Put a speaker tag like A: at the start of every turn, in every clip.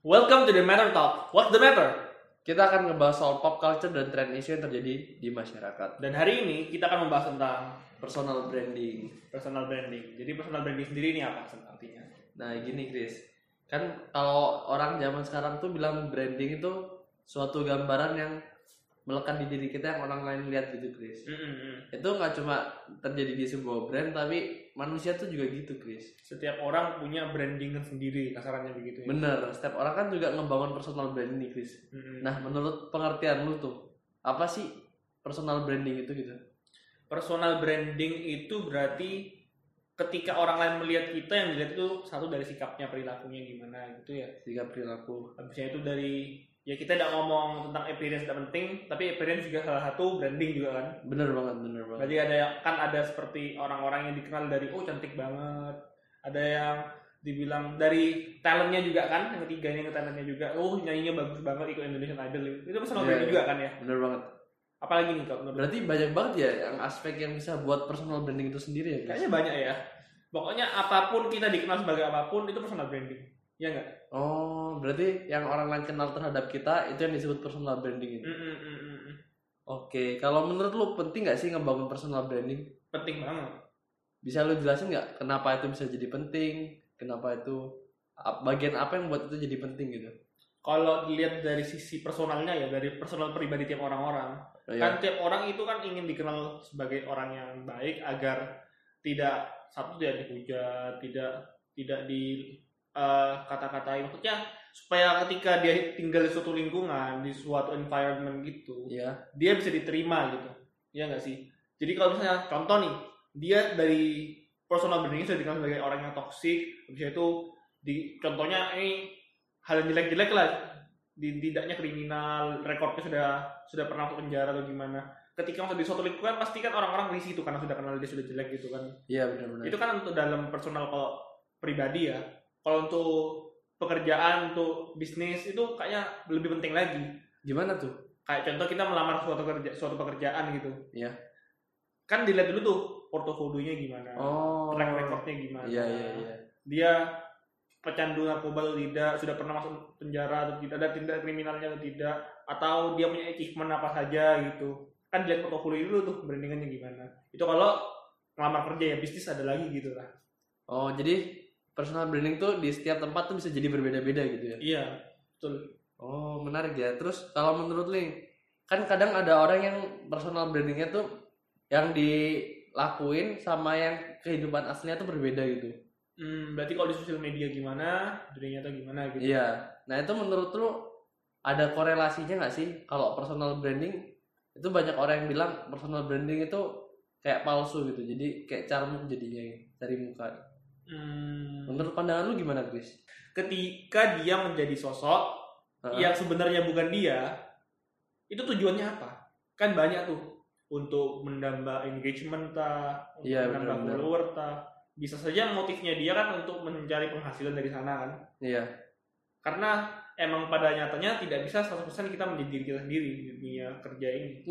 A: Welcome to the Matter Talk. What's the matter?
B: Kita akan ngebahas soal pop culture dan trend isu yang terjadi di masyarakat.
A: Dan hari ini kita akan membahas tentang
B: Personal branding.
A: personal branding. Jadi personal branding sendiri ini apa artinya?
B: Nah, gini Chris. Kan kalau orang zaman sekarang tuh bilang branding itu suatu gambaran yang melekat di diri kita yang orang lain lihat gitu, Chris.
A: Hmm.
B: Itu nggak cuma terjadi di sebuah brand, tapi manusia tuh juga gitu, Chris.
A: Setiap orang punya branding sendiri, kasarannya begitu ya.
B: Bener, setiap orang kan juga ngebangun personal branding nih, Chris.
A: Mm-mm.
B: Nah, menurut pengertian lu tuh, apa sih personal branding itu gitu?
A: personal branding itu berarti ketika orang lain melihat kita yang dilihat itu satu dari sikapnya, perilakunya gimana gitu ya.
B: Sikap perilaku.
A: Habisnya itu dari ya kita tidak ngomong tentang appearance tidak penting, tapi appearance juga salah satu branding juga kan.
B: Bener banget, bener banget.
A: Berarti ada yang- kan ada seperti orang-orang yang dikenal dari oh cantik banget, ada yang dibilang dari talentnya juga kan, yang ketiganya yang talentnya juga, oh nyanyinya bagus banget ikut Indonesian Idol itu personal
B: Iya,
A: branding
B: iya.
A: juga kan ya.
B: Bener banget.
A: Apalagi nih kalau menurut
B: Berarti banyak banget ya yang aspek yang bisa buat personal branding itu sendiri ya guys?
A: kayaknya banyak ya. Pokoknya apapun kita dikenal sebagai apapun itu personal branding, ya nggak?
B: Oh, berarti yang orang lain kenal terhadap kita itu yang disebut personal branding. Ini.
A: Mm, mm, mm, mm, mm.
B: Oke, kalau menurut lu penting nggak sih ngebangun personal branding?
A: Penting banget.
B: Bisa lu jelasin nggak kenapa itu bisa jadi penting? Kenapa itu ap- bagian apa yang buat itu jadi penting gitu?
A: Kalau dilihat dari sisi personalnya ya, dari personal pribadi tiap orang-orang,
B: Oh,
A: kan
B: iya.
A: tiap orang itu kan ingin dikenal sebagai orang yang baik agar tidak satu tidak dihujat tidak tidak di eh, kata-katain maksudnya supaya ketika dia tinggal di suatu lingkungan di suatu environment gitu
B: Iya.
A: dia bisa diterima gitu ya nggak sih jadi kalau misalnya contoh nih dia dari personal branding sudah dikenal sebagai orang yang toksik habis itu di contohnya ini hal yang jelek-jelek lah di, tidaknya kriminal rekornya sudah sudah pernah ke penjara atau gimana ketika masuk di suatu lingkungan pasti kan orang-orang risih itu karena sudah kenal dia sudah jelek gitu kan
B: Iya benar-benar.
A: itu kan untuk dalam personal kalau pribadi ya kalau untuk pekerjaan untuk bisnis itu kayaknya lebih penting lagi
B: Gimana tuh?
A: kayak contoh kita melamar suatu kerja suatu pekerjaan gitu
B: Iya.
A: kan dilihat dulu tuh portofolionya gimana
B: Oh.
A: track recordnya gimana
B: Iya iya iya.
A: dia pecandu narkoba atau tidak sudah pernah masuk penjara atau tidak ada tindak kriminalnya atau tidak atau dia punya achievement apa saja gitu kan dilihat portofolio dulu tuh brandingannya gimana itu kalau ngelamar kerja ya bisnis ada lagi gitu lah
B: Oh, jadi personal branding tuh di setiap tempat tuh bisa jadi berbeda-beda gitu ya?
A: iya betul
B: Oh menarik ya. Terus kalau menurut lu nih, kan kadang ada orang yang personal brandingnya tuh yang dilakuin sama yang kehidupan aslinya tuh berbeda gitu.
A: hmm, berarti kalau di sosial media gimana dirinya tuh gimana gitu
B: Iya. Nah itu menurut lu ada korelasinya nggak sih kalau personal branding itu banyak orang yang bilang personal branding itu kayak palsu gitu. Jadi kayak carmuk jadinya dari muka.
A: Hmm,
B: Menurut pandangan lu gimana, Chris?
A: ketika dia menjadi sosok
B: Heeh.
A: yang sebenarnya bukan dia itu tujuannya apa kan banyak tuh untuk menambah engagement ta untuk
B: Iya,
A: menambah
B: benar-benar.
A: follower ta bisa saja motifnya dia kan untuk mencari penghasilan dari sana kan
B: Iya.
A: karena emang pada nyatanya tidak bisa 100% kita menjadi diri kita sendiri di dunia kerja ini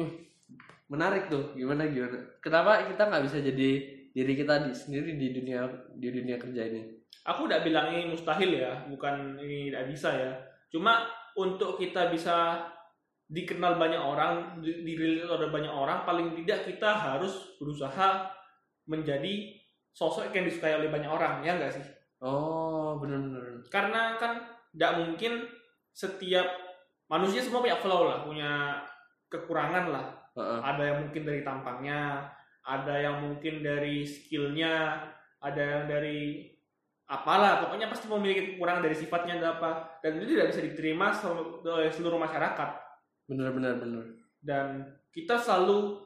B: menarik tuh gimana gimana kenapa kita nggak bisa jadi diri kita di, sendiri di dunia di dunia kerja ini
A: aku tidak bilang ini mustahil ya bukan ini tidak bisa ya cuma untuk kita bisa dikenal banyak orang di- dirilis oleh banyak orang paling tidak kita harus berusaha menjadi sosok yang disukai oleh banyak orang ya enggak sih
B: oh bener-bener
A: karena kan tidak mungkin setiap manusia semua punya flaw lah punya kekurangan lah
B: Heeh.
A: ada yang mungkin dari tampangnya, ada yang mungkin dari skillnya, ada yang dari apalah, pokoknya pasti memiliki kekurangan dari sifatnya ada apa, dan itu tidak bisa diterima sel- oleh seluruh masyarakat.
B: bener-bener bener
A: Dan kita selalu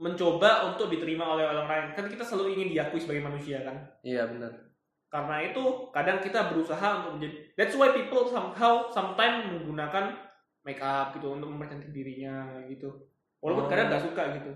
A: mencoba untuk diterima oleh orang lain, kan kita selalu ingin diakui sebagai manusia kan.
B: iya bener
A: Karena itu kadang kita berusaha untuk menjadi That's why people somehow sometimes menggunakan make up gitu untuk mempercantik dirinya gitu. Walaupun
B: Oh.
A: kadang nggak suka gitu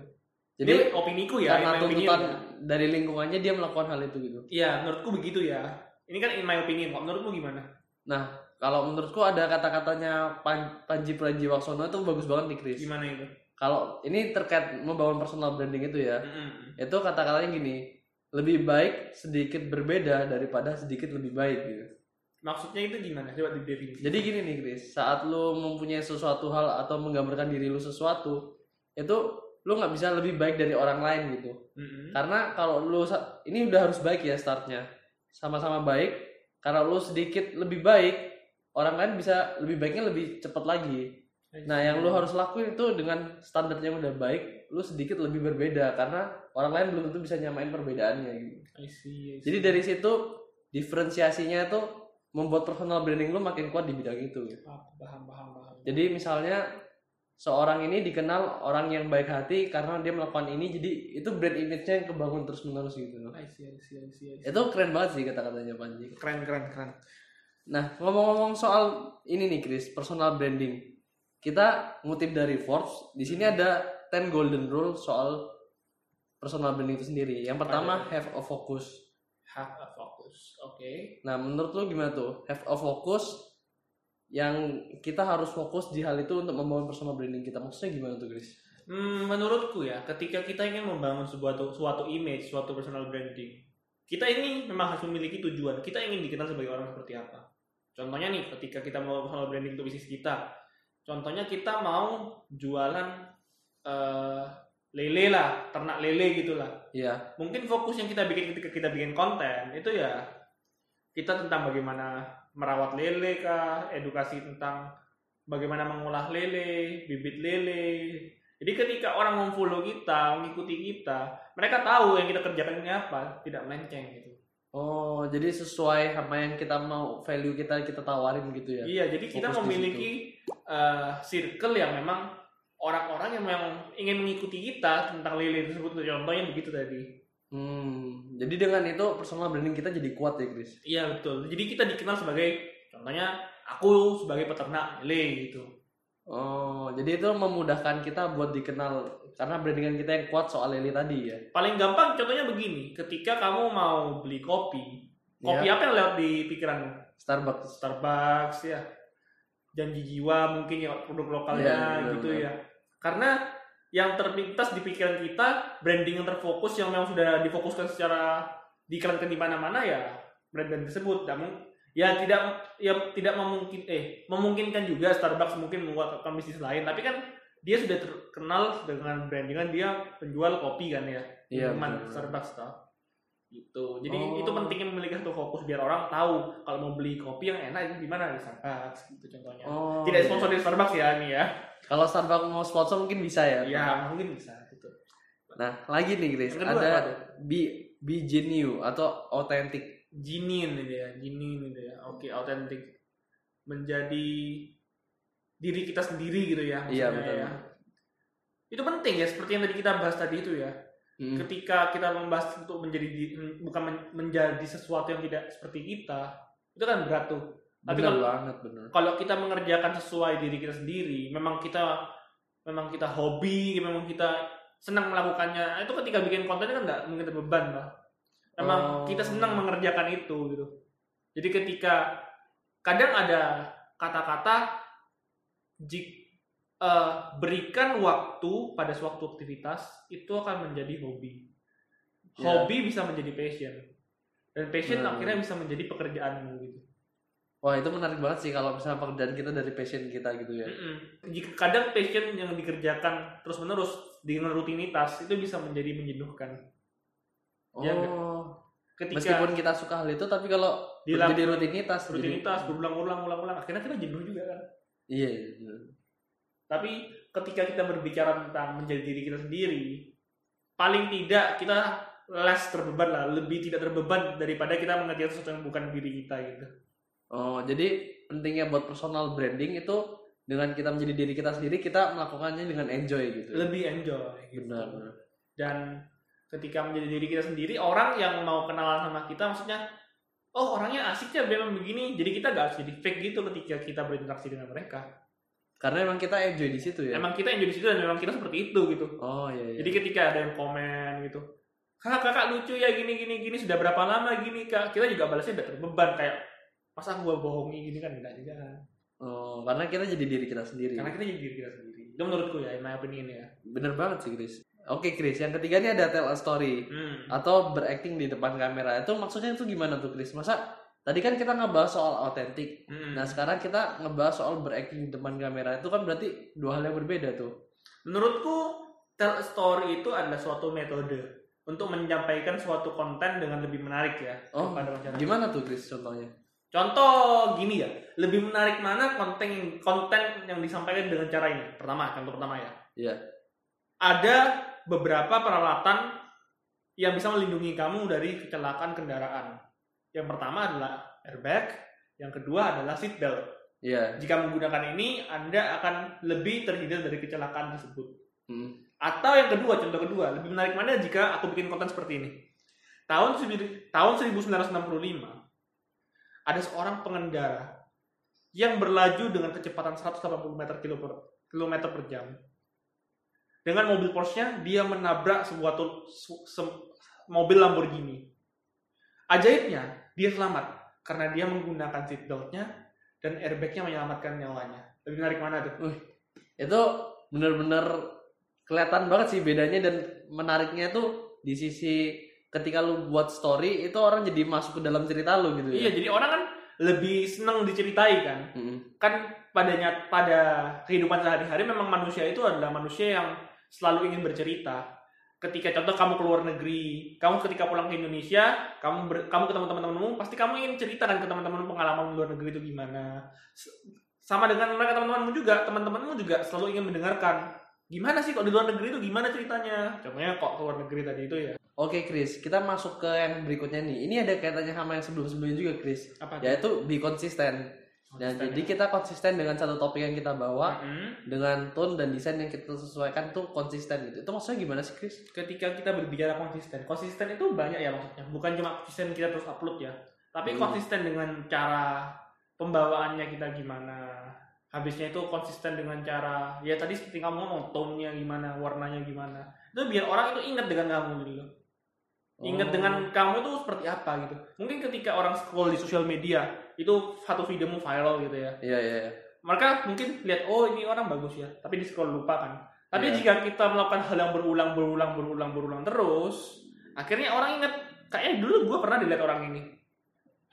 B: jadi
A: ini opiniku ya, in
B: karena
A: my opinion.
B: tuntutan dari lingkungannya dia melakukan hal itu gitu
A: Iya, menurutku begitu ya. Ini kan in my opinion, kok. Menurutmu gimana?
B: nah Kalau menurutku ada kata-katanya Pan- Panji Pragiwaksono itu bagus banget nih Chris.
A: Gimana itu?
B: Kalau ini terkait membangun personal branding itu ya,
A: Mm-mm.
B: itu kata-katanya gini, lebih baik sedikit berbeda daripada sedikit lebih baik gitu.
A: Maksudnya itu gimana? Coba di definisi.
B: Jadi gini nih Chris, saat lu mempunyai sesuatu hal atau menggambarkan diri lu sesuatu, itu lu nggak bisa lebih baik dari orang lain gitu.
A: Mm-mm.
B: Karena kalau lu sa- ini udah harus baik ya startnya, sama-sama baik. Karena lu sedikit lebih baik, orang lain bisa lebih baiknya lebih cepat lagi. Nah, yang lu harus lakuin itu dengan standar yang udah baik, lu sedikit lebih berbeda karena orang lain belum tentu bisa nyamain perbedaannya gitu.
A: I see, I see.
B: Jadi dari situ diferensiasinya itu membuat personal branding lu makin kuat di bidang itu.
A: Ah, paham paham paham.
B: Jadi misalnya seorang ini dikenal orang yang baik hati karena dia melakukan ini jadi itu brand image-nya yang kebangun terus menerus gitu.
A: I see, I see, I see, I see.
B: Itu keren banget sih kata-katanya Panji.
A: keren keren keren.
B: Nah, ngomong-ngomong soal ini nih Chris, personal branding. Kita ngutip dari Forbes, di sini ada 10 golden rule soal personal branding itu sendiri. Yang pertama, have a focus.
A: Have a focus. Oke.
B: Nah, menurut lu gimana tuh? Have a focus yang kita harus fokus di hal itu untuk membangun personal branding kita. Maksudnya gimana tuh, Chris?
A: Hmm, menurutku ya, ketika kita ingin membangun sebuah suatu image, suatu personal branding, kita ini memang harus memiliki tujuan. Kita ingin dikenal sebagai orang seperti apa. Contohnya nih, ketika kita mau personal branding untuk bisnis kita, contohnya kita mau jualan eh, lele lah, ternak lele gitulah.
B: Iya,
A: Mungkin fokus yang kita bikin ketika kita bikin konten itu ya kita tentang bagaimana merawat lele kah, edukasi tentang bagaimana mengolah lele, bibit lele, jadi ketika orang memfollow kita, mengikuti kita, mereka tahu yang kita kerjakan ini apa, tidak melenceng gitu.
B: Oh, jadi sesuai sama yang kita mau value kita kita tawarin gitu ya.
A: Iya, jadi kita
B: Fokus di
A: memiliki eh, circle yang memang orang-orang yang memang ingin mengikuti kita tentang lele tersebut. Contohnya begitu tadi.
B: Hmm, jadi dengan itu personal branding kita jadi kuat ya, Chris.
A: Iya betul. Jadi kita dikenal sebagai contohnya aku sebagai peternak lele gitu.
B: Oh, jadi itu memudahkan kita buat dikenal karena brandingan kita yang kuat soal Lili tadi ya.
A: Paling gampang contohnya begini, ketika kamu mau beli kopi, kopi
B: Iya,
A: apa yang lewat di pikiranmu?
B: Starbucks.
A: Starbucks ya janji jiwa mungkin ya produk lokalnya
B: Iya,
A: gitu
B: benar-benar.
A: ya karena yang terlintas di pikiran kita branding yang terfokus yang memang sudah difokuskan secara dikerankan di mana-mana ya brand-brand tersebut namun ya tidak ya tidak memungkin eh memungkinkan juga Starbucks mungkin menguatkan bisnis lain tapi kan dia sudah terkenal dengan brandingan dia penjual kopi kan ya
B: Iya,
A: minuman
B: benar-benar.
A: Starbucks toh gitu jadi
B: Oh.
A: itu pentingnya memiliki satu fokus biar orang tahu kalau mau beli kopi yang enak itu gimana di Starbucks gitu contohnya
B: Oh.
A: tidak
B: iya.
A: sponsor dari Starbucks ya ini ya
B: Kalau Starbucks mau sponsor mungkin bisa ya.
A: ya mungkin bisa gitu
B: Nah, lagi nih Chris,
A: Yang kedua
B: ada
A: apa tuh?
B: be be genuine atau authentic.
A: jinin gitu ya jinin gitu ya oke autentik menjadi diri kita sendiri gitu ya
B: Iya,
A: maksudnya
B: betul.
A: ya. itu penting ya seperti yang tadi kita bahas tadi itu ya
B: Hmm.
A: ketika kita membahas untuk menjadi di- men- bukan men- menjadi sesuatu yang tidak seperti kita itu kan berat tuh tapi
B: Bener
A: kalau-
B: banget bener.
A: kalau kita mengerjakan sesuai diri kita sendiri memang kita memang kita hobi memang kita senang melakukannya Nah, itu ketika bikin konten kan nggak mungkin beban lah memang
B: Oh.
A: kita senang mengerjakan itu gitu jadi ketika kadang ada kata-kata jik eh, berikan waktu pada suatu aktivitas itu akan menjadi hobi
B: Ya.
A: hobi bisa menjadi passion dan passion
B: Benar.
A: akhirnya bisa menjadi pekerjaanmu gitu
B: Wah itu menarik banget sih kalau misalnya pekerjaan kita dari passion kita gitu ya.
A: Mm-mm. Jika kadang passion yang dikerjakan terus menerus dengan rutinitas itu bisa menjadi menjenuhkan.
B: Oh,
A: Iya, nggak? Ketika
B: meskipun kita suka hal itu tapi kalau jadi
A: dilakukan
B: rutinitas, jadi-
A: rutinitas berulang-ulang-ulang-ulang akhirnya kita jenuh juga kan.
B: Iya, iya, iya.
A: Tapi ketika kita berbicara tentang menjadi diri kita sendiri, paling tidak kita less terbeban lah, lebih tidak terbeban daripada kita mengerjakan sesuatu yang bukan diri kita gitu.
B: Oh jadi pentingnya buat personal branding itu dengan kita menjadi diri kita sendiri kita melakukannya dengan enjoy gitu.
A: Lebih enjoy. Gitu.
B: Benar. benar.
A: dan ketika menjadi diri kita sendiri orang yang mau kenalan sama kita maksudnya oh orangnya asiknya memang begini jadi kita gak harus jadi fake gitu ketika kita berinteraksi dengan mereka
B: Karena emang kita enjoy di situ ya.
A: emang kita yang jadi situ dan memang kita seperti itu gitu
B: Oh iya. iya.
A: jadi ketika ada yang komen gitu kakak kakak lucu ya gini gini gini sudah berapa lama gini kak kita juga balasnya udah terbeban kayak masa gua bohongi gitu kan enggak juga
B: Oh, karena kita jadi diri kita sendiri.
A: karena kita jadi diri kita sendiri itu menurutku ya in my opinion ya
B: Bener banget sih, Chris. Oke, Chris. Yang ketiga ini ada tell a story
A: hmm.
B: atau berakting di depan kamera. Itu maksudnya itu gimana tuh, Chris? Masa tadi kan kita ngebahas soal autentik.
A: Hmm.
B: Nah, sekarang kita ngebahas soal berakting di depan kamera. Itu kan berarti dua hal yang berbeda tuh.
A: menurutku tell a story itu adalah suatu metode untuk menyampaikan suatu konten dengan lebih menarik ya
B: Oh,
A: kepada masyarakat.
B: Gimana tuh, Chris, contohnya?
A: Contoh gini ya, lebih menarik mana konten konten yang disampaikan dengan cara ini? Pertama, contoh pertama ya.
B: Iya.
A: Ada beberapa peralatan yang bisa melindungi kamu dari kecelakaan kendaraan. Yang pertama adalah airbag, yang kedua adalah seat belt.
B: Iya.
A: Jika menggunakan ini, Anda akan lebih terhindar dari kecelakaan tersebut.
B: Hmm.
A: Atau yang kedua, contoh kedua, lebih menarik mana jika aku bikin konten seperti ini. Tahun sebi- tahun 1965 ada seorang pengendara yang berlaju dengan kecepatan 180 meter kilo per, kilometer per jam. Dengan mobil Porsche-nya, dia menabrak sebuah tul- su- se- mobil Lamborghini. Ajaibnya, dia selamat karena dia menggunakan seatbelt-nya dan airbag-nya menyelamatkan nyawanya. Lebih menarik mana tuh?
B: Itu bener-bener kelihatan banget sih bedanya dan menariknya tuh di sisi ketika lu buat story itu orang jadi masuk ke dalam cerita lu gitu ya.
A: Iya, jadi orang kan lebih senang diceritai kan.
B: Mm-mm.
A: kan pada nyat- pada kehidupan sehari-hari memang manusia itu adalah manusia yang selalu ingin bercerita. Ketika contoh kamu keluar negeri, kamu ketika pulang ke Indonesia, kamu ber- kamu ketemu teman-temanmu, pasti kamu ingin ceritakan ke teman-temanmu pengalaman luar negeri itu gimana. S- Sama dengan mereka teman-temanmu juga, teman-temanmu juga selalu ingin mendengarkan gimana sih kok di luar negeri itu gimana ceritanya. Contohnya kok keluar negeri tadi itu ya.
B: Oke Chris, kita masuk ke yang berikutnya nih. Ini ada kaitannya sama yang sebelum-sebelumnya juga Chris,
A: Apa? tuh?
B: yaitu be konsisten. Dan
A: Konsisten
B: Ya, jadi
A: ya.
B: kita konsisten dengan satu topik yang kita bawa,
A: Mm-mm.
B: dengan tone dan desain yang kita sesuaikan tuh konsisten gitu. Itu maksudnya gimana sih Chris?
A: ketika kita berbicara konsisten konsisten itu banyak ya maksudnya bukan cuma konsisten kita terus upload ya tapi
B: Hmm.
A: konsisten dengan cara pembawaannya kita gimana habisnya itu konsisten dengan cara ya tadi seperti kamu ngomong tone-nya gimana warnanya gimana itu biar orang itu ingat dengan kamu gitu loh ingat
B: Oh.
A: dengan kamu tuh seperti apa gitu mungkin ketika orang scroll di sosial media itu satu videomu viral gitu ya
B: Iya iya. iya.
A: mereka mungkin lihat oh ini orang bagus ya tapi di scroll lupa kan tapi
B: Iya.
A: jika kita melakukan hal yang berulang berulang berulang berulang terus akhirnya orang ingat kayaknya dulu gue pernah dilihat orang ini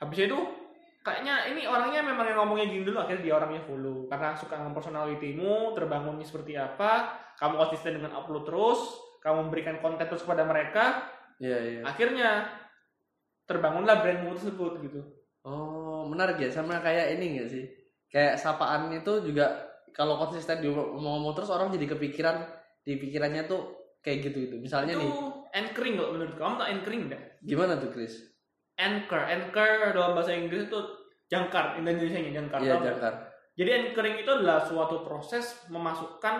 A: habis itu kayaknya ini orangnya memang yang ngomongnya gini dulu akhirnya dia orangnya follow karena suka dengan personalitimu terbangunnya seperti apa kamu konsisten dengan upload terus kamu memberikan konten terus kepada mereka
B: Iya iya.
A: akhirnya terbangunlah brandmu tersebut gitu
B: Oh, menarik ya. Sama kayak ini gak sih? Kayak sapaan itu juga kalau konsisten diomong-omong terus orang jadi kepikiran di pikirannya tuh kayak gitu itu. Misalnya
A: itu
B: nih,
A: anchoring loh menurut kamu tuh anchoring nggak
B: gimana tuh Chris?
A: anchor anchor dalam bahasa Inggris itu jangkar Indonesia nya jangkar
B: Iya,
A: Tau nggak?
B: jangkar.
A: jadi anchoring itu adalah suatu proses memasukkan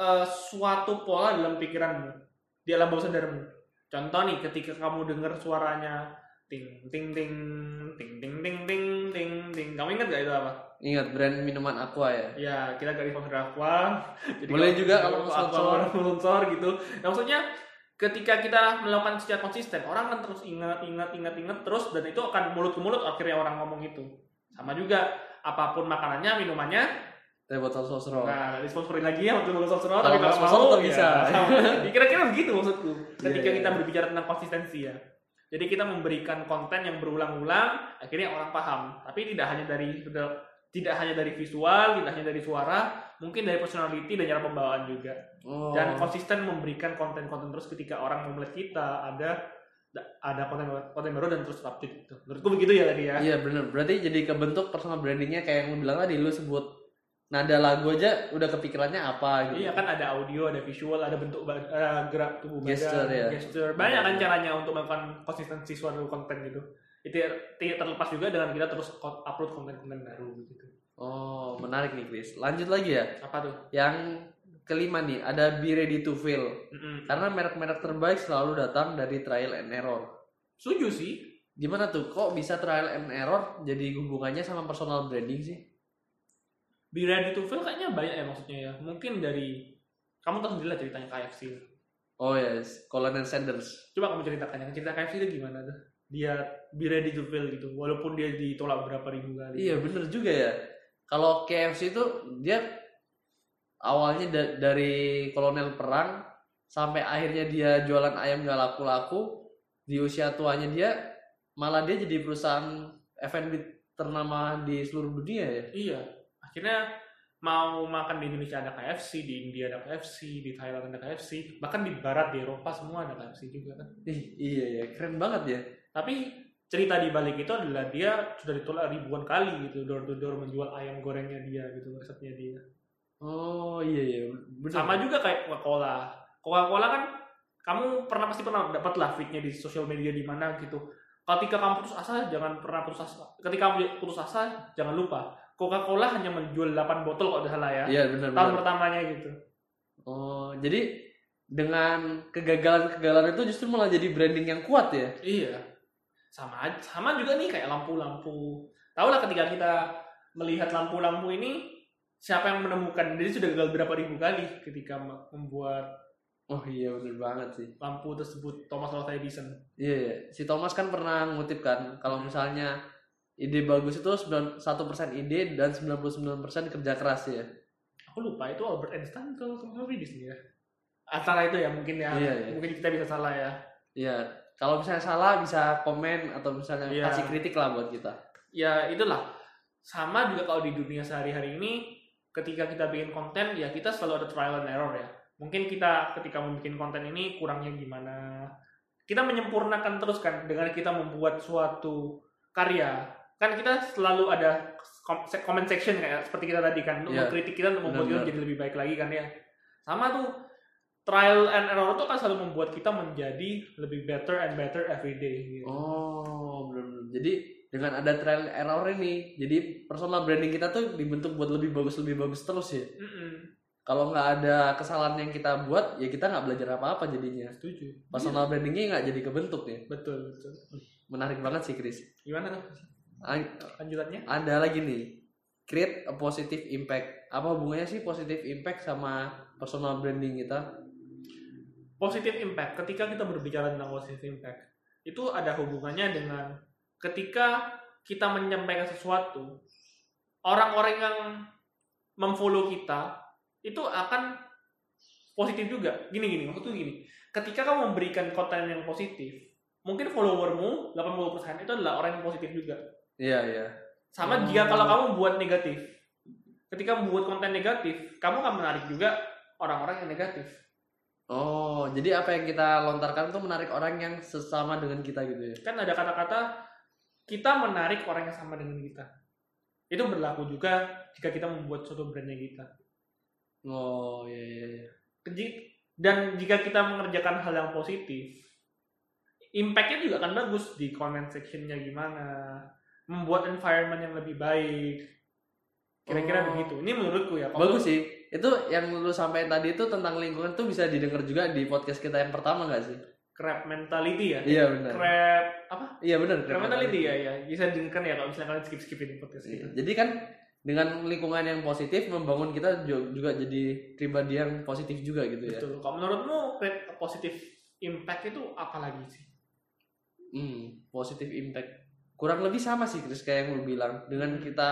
A: eh, suatu pola dalam pikiranmu di alam bawah sadarmu contoh nih ketika kamu dengar suaranya ting ting ting ting ting ting ting ting ting kamu ingat gak itu apa
B: Ingat brand minuman Aqua ya.
A: ya kita garis sponsor aqua Jadi
B: Boleh juga
A: Aqua-
B: kalau mau sponsor.
A: Aqua mau sponsor gitu Nah, maksudnya ketika kita melakukan secara konsisten orang akan terus ingat ingat ingat ingat terus dan itu akan mulut ke mulut akhirnya orang ngomong itu sama juga apapun makanannya minumannya
B: Teh botol sosro.
A: nah disponsorin lagi ya untuk sponsor
B: Oh. Kalau
A: tapi
B: nggak
A: kalau
B: sponsor
A: mau
B: tetap bisa.
A: ya, sama. Ya, kira-kira begitu maksudku ketika
B: iya,
A: kita
B: iya.
A: berbicara tentang konsistensi ya jadi kita memberikan konten yang berulang-ulang akhirnya orang paham tapi tidak hanya dari tidak hanya dari visual tidak hanya dari suara mungkin dari personality dan cara pembawaan juga
B: Oh.
A: dan konsisten memberikan konten-konten terus ketika orang mau melihat kita ada ada konten konten baru dan terus update gitu. menurutku begitu ya tadi ya
B: Iya bener, berarti jadi kebentuk personal brandingnya kayak yang lu bilang tadi, lu sebut nada lagu aja udah kepikirannya apa gitu
A: iya kan ada audio ada visual ada bentuk ba- ada gerak tubuh badan
B: Gesture, ya.
A: gesture. banyak kan caranya untuk melakukan konsistensi suatu konten gitu itu tidak terlepas juga dengan kita terus ko- upload konten-konten baru gitu
B: Oh menarik nih Chris, lanjut lagi ya
A: apa tuh
B: Yang kelima nih, ada Be Ready to Fail
A: Mm-mm.
B: Karena merek-merek terbaik selalu datang dari trial and error
A: setuju sih
B: Gimana tuh, kok bisa trial and error jadi hubungannya sama personal branding sih?
A: be ready to fail kayaknya banyak ya maksudnya ya mungkin dari kamu tahu sendiri lah ceritanya KFC
B: Oh yes, Colonel Sanders
A: coba kamu ceritakan yang cerita KFC itu gimana tuh dia be ready to fail gitu walaupun dia ditolak berapa ribu kali
B: Iya bener juga ya. Kalau KFC itu dia awalnya da- dari kolonel perang sampai akhirnya dia jualan ayam gak laku-laku di usia tuanya dia malah dia jadi perusahaan F&B ternama di seluruh dunia ya.
A: iya akhirnya mau makan di Indonesia ada KFC di India ada KFC di Thailand ada KFC bahkan di Barat di Eropa semua ada KFC juga kan
B: Ih, iya ya, keren banget ya.
A: tapi cerita di balik itu adalah dia sudah ditolak ribuan kali gitu door to door menjual ayam gorengnya dia gitu resepnya dia
B: Oh iya iya, bener.
A: sama juga kayak Coca-Cola. Coca-Cola kan kamu pernah pasti pernah dapat lah feednya di sosial media di mana gitu. Ketika kamu putus asa jangan pernah putus asa. Ketika kamu putus asa jangan lupa Coca-Cola hanya menjual 8 botol kalau tidak salah ya.
B: Iya bener
A: Tahun
B: bener.
A: pertamanya gitu.
B: Oh jadi dengan kegagalan-kegagalan itu justru malah jadi branding yang kuat ya.
A: Iya. Sama aj- sama juga nih kayak lampu-lampu. Tahu lah ketika kita melihat lampu-lampu ini siapa yang menemukan dia sudah gagal berapa ribu kali ketika membuat
B: Oh iya bener banget sih.
A: lampu tersebut Thomas Alva Edison.
B: Iya, iya. si Thomas kan pernah ngutip kan kalau misalnya ide bagus itu 91% ide dan 99% kerja keras ya.
A: aku lupa itu Albert Einstein atau Thomas Alva Edison ya antara itu ya mungkin ya
B: Iya, iya.
A: mungkin kita bisa salah ya
B: Iya, kalau misalnya salah bisa komen atau misalnya
A: Iya.
B: kasih kritik lah buat kita.
A: ya itulah sama juga kalau di dunia sehari-hari ini ketika kita bikin konten ya kita selalu ada trial and error ya mungkin kita ketika membuat konten ini kurangnya gimana kita menyempurnakan terus kan dengan kita membuat suatu karya kan kita selalu ada kom- se- comment section kayak seperti kita tadi kan untuk
B: Iya.
A: mengkritik kita untuk membuat kita
B: Benar-benar.
A: jadi lebih baik lagi kan ya sama tuh trial and error itu kan selalu membuat kita menjadi lebih better and better every day gitu.
B: Iya. Oh, belum. Jadi dengan ada trial and error ini, jadi personal branding kita tuh dibentuk buat lebih bagus lebih bagus terus ya.
A: Mm-mm,
B: Kalau nggak ada kesalahan yang kita buat, ya kita nggak belajar apa-apa jadinya.
A: setuju
B: Personal brandingnya nggak jadi kebentuk ya.
A: Betul, betul.
B: Menarik banget sih Chris.
A: Gimana tuh
B: An-
A: lanjutannya?
B: ada lagi nih create a positive impact apa hubungannya sih positive impact sama personal branding kita
A: Positive impact. Ketika kita berbicara tentang positive impact, itu ada hubungannya dengan ketika kita menyampaikan sesuatu, orang-orang yang memfollow kita itu akan positif juga. Gini gini, maksud tuh gini. Ketika kamu memberikan konten yang positif, mungkin followermu 80% itu adalah orang yang positif juga.
B: iya iya
A: Sama
B: Hmm.
A: jika kalau kamu buat negatif. Ketika membuat konten negatif, kamu akan menarik juga orang-orang yang negatif.
B: oh jadi apa yang kita lontarkan tuh menarik orang yang sesama dengan kita gitu ya
A: Kan ada kata-kata kita menarik orang yang sama dengan kita. Itu berlaku juga jika kita membuat suatu brandnya kita.
B: oh iya iya iya.
A: Keji- Dan jika kita mengerjakan hal yang positif, impact-nya juga akan bagus di comment section-nya gimana, membuat environment yang lebih baik. Kira-kira
B: Oh.
A: begitu. Ini menurutku ya. kalau-
B: bagus sih Oh, itu yang lu sampaikan tadi itu tentang lingkungan tuh bisa didengar juga di podcast kita yang pertama nggak sih
A: Crab mentality ya.
B: iya benar
A: Crab apa?
B: iya benar
A: Crab mentality ya, ya. Bisa dengarkan ya kalau misalnya kalian skip-skipin podcast
B: Iya,
A: kita.
B: jadi kan dengan lingkungan yang positif membangun kita ju- juga jadi pribadi yang positif juga gitu ya
A: Betul. Kalau menurutmu create a positive impact itu apa lagi sih?
B: Hmm, positif impact. Kurang lebih sama sih Chris kayak yang lu bilang.
A: Hmm.
B: Dengan kita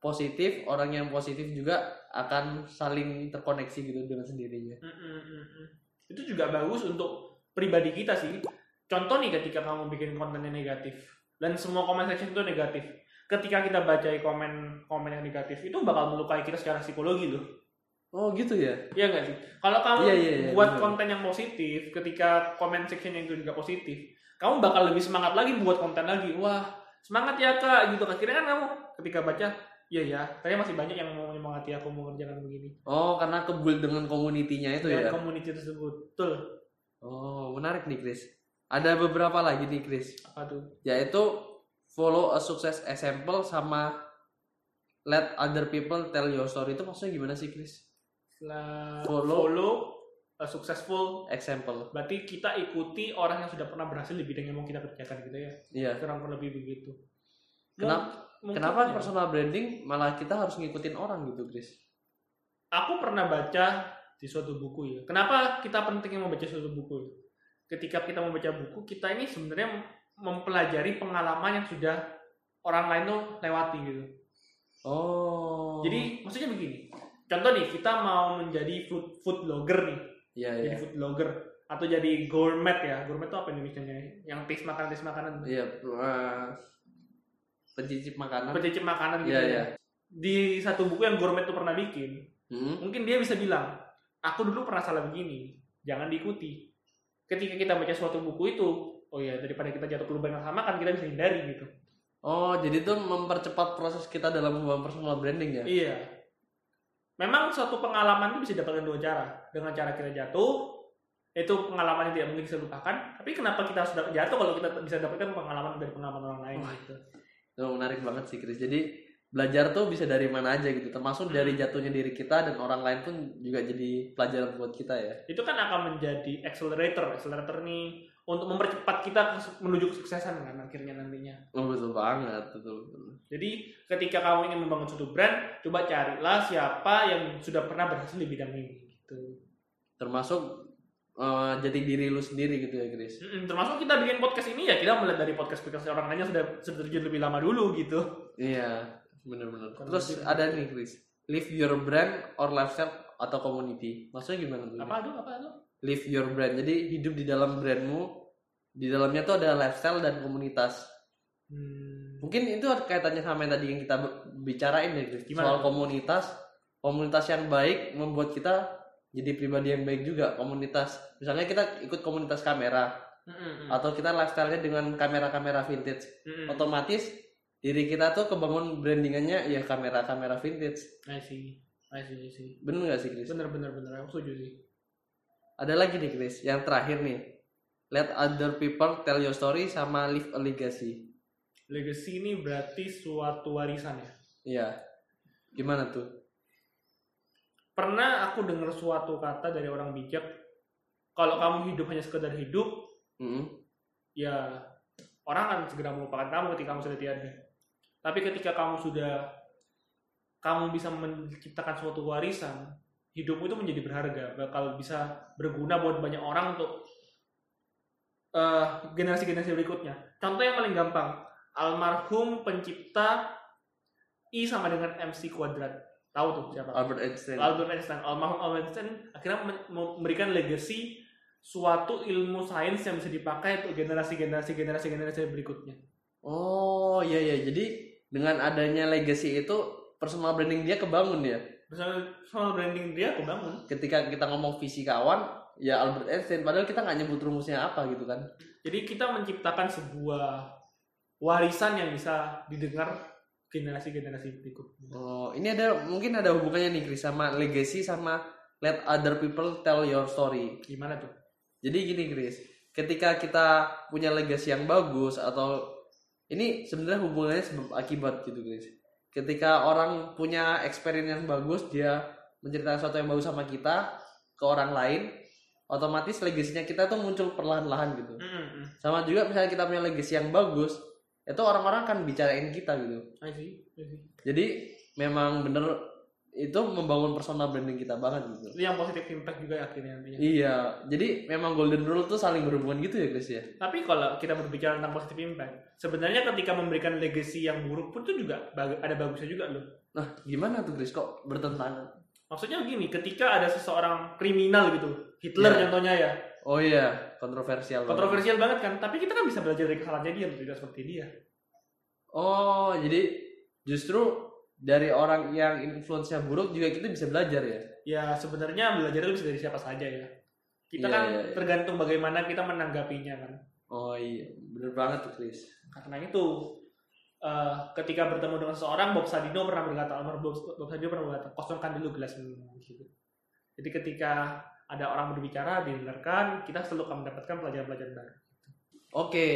B: positif, orang yang positif juga akan saling terkoneksi gitu dengan sendirinya.
A: Mm-mm-mm-mm. Itu juga bagus untuk pribadi kita sih. Contoh nih ketika kamu bikin kontennya negatif dan semua comment section itu negatif. Ketika kita baca komen-komen yang negatif itu bakal melukai kita secara psikologi loh.
B: Oh gitu ya?
A: Iya nggak sih? Kalau kamu
B: Iya, iya, iya,
A: buat
B: benar.
A: konten yang positif, ketika comment section yang itu juga positif, kamu bakal lebih semangat lagi buat konten lagi. Wah, semangat ya kak gitu. Akhirnya kan kamu ketika baca, iya ya, saya masih banyak yang mau menyemangati aku mau kerjakan begini.
B: Oh karena kebuild dengan komunitinya itu
A: Dengan
B: ya?
A: community tersebut, betul.
B: Oh menarik nih Chris. Ada beberapa lagi nih Chris.
A: Apa tuh?
B: Yaitu follow a success example sama let other people tell your story. Itu maksudnya gimana sih Chris?
A: Setelah
B: Follow.
A: follow, uh, successful.
B: Example.
A: Berarti kita ikuti orang yang sudah pernah berhasil di bidang yang mau kita kerjakan gitu ya.
B: Iya.
A: Kurang lebih begitu.
B: Kenapa,
A: Mungkin
B: kenapa
A: ya.
B: personal branding malah kita harus ngikutin orang gitu Chris?
A: aku pernah baca di suatu buku ya. Kenapa kita pentingnya membaca suatu buku? ya? Ketika kita membaca buku, kita ini sebenarnya mempelajari pengalaman yang sudah orang lain tuh lewati gitu.
B: Oh.
A: Jadi maksudnya begini. Contoh nih, kita mau menjadi food food blogger nih,
B: Iya iya.
A: jadi food blogger atau jadi gourmet ya. Gourmet itu apa Indonesia Yang taste makanan taste makanan.
B: Iya. eh, pencicip makanan.
A: Pencicip makanan gitu.
B: Iya iya.
A: Di satu buku yang gourmet tuh pernah bikin,
B: Hmm.
A: mungkin dia bisa bilang, aku dulu pernah salah begini, jangan diikuti. Ketika kita baca suatu buku itu, oh ya daripada kita jatuh ke lubang yang sama kan kita bisa hindari gitu.
B: Oh, jadi itu mempercepat proses kita dalam membangun personal branding ya?
A: Iya. Memang suatu pengalaman itu bisa didapatkan dua cara. Dengan cara kita jatuh, itu pengalaman yang tidak mungkin bisa lupakan. Tapi kenapa kita harus da- jatuh kalau kita t- bisa dapatkan pengalaman dari pengalaman orang lain?
B: Wah.
A: gitu.
B: Itu menarik banget sih, Chris. Jadi belajar tuh bisa dari mana aja gitu,
A: Hmm.
B: termasuk dari jatuhnya diri kita dan orang lain pun juga jadi pelajaran buat kita ya.
A: Itu kan akan menjadi accelerator. Accelerator nih untuk mempercepat kita kes- menuju kesuksesan kan akhirnya nantinya.
B: Oh, betul banget, betul. betul.
A: Jadi ketika kamu ingin membangun suatu brand, coba carilah siapa yang sudah pernah berhasil di bidang ini. Gitu.
B: Termasuk eh, jati diri lu sendiri gitu ya, Chris.
A: Mm-mm, Termasuk kita bikin podcast ini ya kita melihat dari podcast-podcast orang lainnya sudah sudah terjun lebih lama dulu gitu.
B: Iya, bener-bener.
A: Bukan
B: Terus
A: lebih-
B: ada nih, Chris. Live your brand or lifestyle atau community. Maksudnya gimana tuh?
A: apa aduh apa aduh
B: Live your brand. Jadi hidup di dalam brandmu. Di dalamnya tuh ada lifestyle dan komunitas.
A: hmm.
B: mungkin itu ada kaitannya sama yang tadi yang kita be- bicarain ya Chris.
A: Gimana?
B: soal komunitas komunitas yang baik membuat kita jadi pribadi yang baik juga komunitas misalnya kita ikut komunitas kamera
A: Hmm.
B: atau kita lifestyle-nya dengan kamera-kamera vintage
A: atau
B: otomatis diri kita tuh kebangun brandingannya ya kamera-kamera vintage
A: I see I see I see
B: bener gak sih Chris?
A: bener bener bener aku setuju sih
B: ada lagi nih Chris yang terakhir nih let other people tell your story sama leave a legacy
A: legacy ini berarti suatu warisan ya
B: iya gimana tuh?
A: pernah aku dengar suatu kata dari orang bijak kalau kamu hidup hanya sekedar hidup
B: Mm-mm.
A: ya orang akan segera melupakan kamu ketika kamu sudah tiada tapi ketika kamu sudah kamu bisa menciptakan suatu warisan hidupmu itu menjadi berharga bakal bisa berguna buat banyak orang untuk eh, generasi-generasi berikutnya contoh yang paling gampang almarhum pencipta I sama dengan MC kuadrat tahu tuh siapa
B: Albert Einstein
A: Albert Einstein, almarhum Albert Einstein akhirnya men- memberikan legacy suatu ilmu sains yang bisa dipakai untuk generasi-generasi generasi-generasi berikutnya.
B: Oh iya iya jadi dengan adanya legacy itu personal branding dia kebangun ya.
A: Personal, personal branding dia kebangun.
B: Ketika kita ngomong visi kawan ya Albert Einstein padahal kita nggak nyebut rumusnya apa gitu kan.
A: Jadi kita menciptakan sebuah warisan yang bisa didengar generasi-generasi berikutnya.
B: Oh ini ada mungkin ada hubungannya nih Chris sama legacy sama let other people tell your story.
A: Gimana tuh?
B: Jadi gini Chris, ketika kita punya legasi yang bagus atau ini sebenarnya hubungannya sebab akibat gitu Chris. Ketika orang punya experience yang bagus, dia menceritakan sesuatu yang bagus sama kita ke orang lain, otomatis legasinya kita tuh muncul perlahan-lahan gitu.
A: Mm-mm.
B: Sama juga misalnya kita punya legasi yang bagus, itu orang-orang akan bicarain kita gitu.
A: I see, I see.
B: Jadi memang bener itu membangun personal branding kita banget gitu.
A: Itu yang positif impact juga ya akhirnya nantinya.
B: Iya, jadi memang golden rule tuh saling berhubungan gitu ya Chris ya.
A: Tapi kalau kita berbicara tentang positif impact, sebenarnya ketika memberikan legacy yang buruk pun itu juga bag- ada bagusnya juga loh.
B: Nah, gimana tuh Chris kok bertentangan?
A: Maksudnya begini, ketika ada seseorang kriminal gitu, Hitler
B: Iya.
A: contohnya ya,
B: Oh iya, kontroversial. banget.
A: kontroversial banget kan, tapi kita kan bisa belajar dari kesalahannya dia, tidak seperti dia.
B: Oh, jadi justru dari orang yang influence-nya buruk juga kita bisa belajar ya.
A: Ya sebenarnya belajar itu bisa dari siapa saja ya. Kita
B: Iya,
A: kan
B: iya, iya.
A: tergantung bagaimana kita menanggapinya kan.
B: Oh iya, bener banget tuh Chris.
A: Karena itu, eh, ketika bertemu dengan seseorang, Bob Sadino pernah berkata, Almarhum Bob, Bob Sadino pernah berkata, kosongkan dulu gelas minummu. Gitu. Jadi ketika ada orang berbicara, didengarkan, kita selalu akan mendapatkan pelajaran-pelajaran baru.
B: Oke,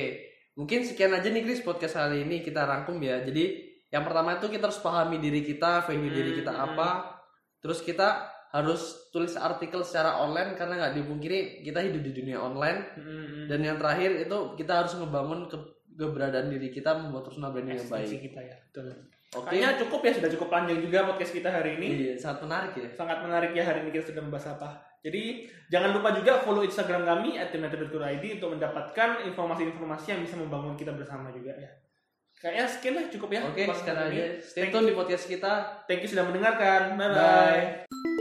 B: mungkin sekian aja nih Chris podcast kali ini kita rangkum ya. Jadi yang pertama itu kita harus pahami diri kita, value diri kita
A: Hmm.
B: apa. Terus kita harus tulis artikel secara online karena nggak dipungkiri kita hidup di dunia online. Dan yang terakhir itu kita harus ngebangun ke- keberadaan diri kita membuat personal branding yang Iya, baik.
A: Eksistensi kita ya, betul.
B: Oke.
A: Kayaknya cukup ya sudah cukup panjang juga podcast kita hari ini.
B: Iya, sangat menarik ya.
A: Sangat menarik ya hari ini kita sudah membahas apa. Jadi jangan lupa juga follow Instagram kami @timnatebetul.id untuk mendapatkan informasi-informasi yang bisa membangun kita bersama juga ya. Kayaknya sekian lah cukup ya.
B: Oke,
A: Pas
B: sekarang
A: hari ini.
B: aja. Stay
A: Thank
B: tune di podcast kita.
A: Thank you sudah mendengarkan. Bye-bye.
B: Bye.